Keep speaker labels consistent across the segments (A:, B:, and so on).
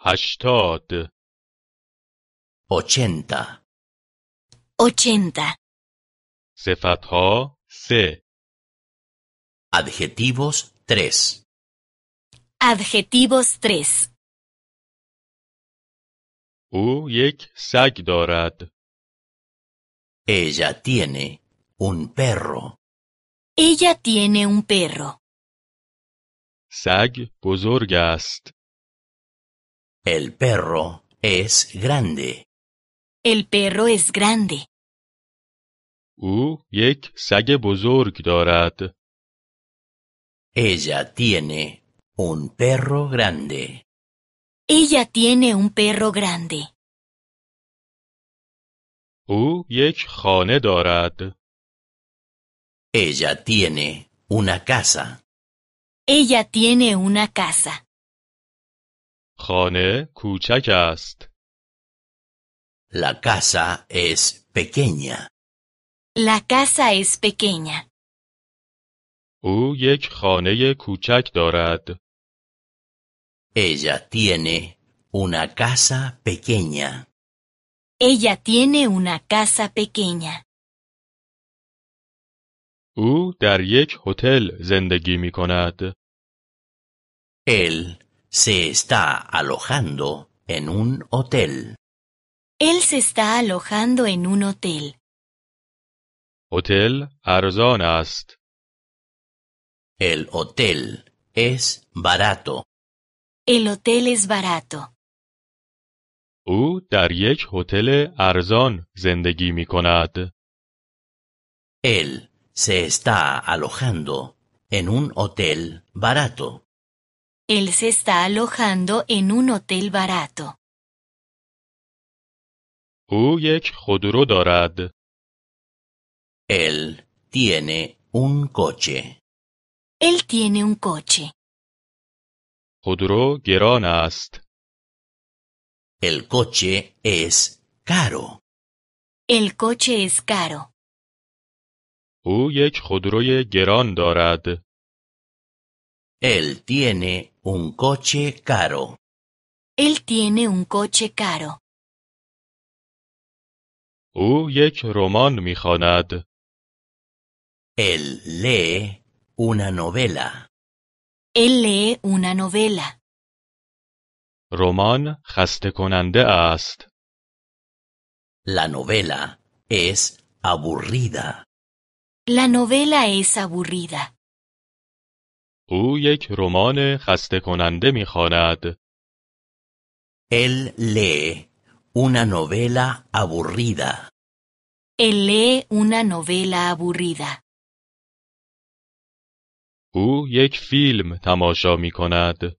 A: هشتاد
B: 80.
C: 80.
A: صفتها سه
B: Adjetivos 3.
C: Adjetivos 3.
A: او یک سگ دارد
B: Ella tiene un perro.
C: Ella tiene un perro.
A: سگ بزرگ است
B: El perro es grande.
C: El perro es grande.
A: او یک سگ بزرگ دارد
B: Ella tiene un perro grande.
C: Ella tiene un perro grande.
A: او یک خانه دارد
B: Ella tiene una casa.
C: Ella tiene una casa.
A: خانه کوچک است
B: La casa es pequeña.
C: La casa es pequeña.
A: او یک خانه کوچک دارد
B: Ella tiene una casa pequeña.
C: Ella tiene una casa pequeña.
A: او در یک هتل زندگی می کند
B: Él se está alojando en un hotel.
C: Él se está alojando en un hotel.
A: هتل ارزان است
B: El hotel es barato.
C: El hotel es barato.
A: او در یک هتل ارزان زندگی می کند
B: Él se está alojando en un hotel barato.
C: Él se está alojando en un hotel barato.
A: او یک خودرو دارد
B: Él tiene un coche.
C: Él tiene un coche.
A: خودرو گران است
B: El coche es caro.
C: El coche es caro.
A: او یک خودروی گران دارد.
B: Él tiene un coche caro.
C: Él tiene un coche caro.
A: او یک رمان میخواند.
B: Él lee una novela.
C: Él lee una novela.
A: رمان خسته کننده است.
B: La novela es aburrida.
C: La novela es aburrida.
A: او یک رمان خسته کننده میخواند.
B: Él lee una novela aburrida.
C: Él lee una novela aburrida.
A: او یک فیلم تماشا میکند.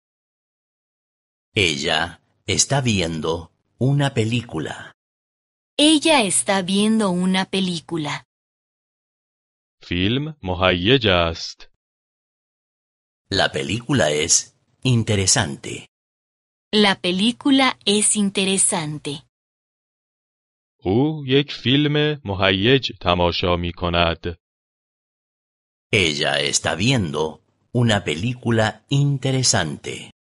B: Ella está viendo una película.
C: Ella está viendo una película.
A: فیلم مهیج است.
B: La película es interesante.
C: La película es interesante.
A: او یک فیلم مهیج تماشا میکند.
B: Ella está viendo una película interesante.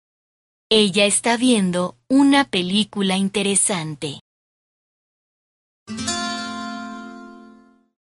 C: Ella está viendo una película interesante.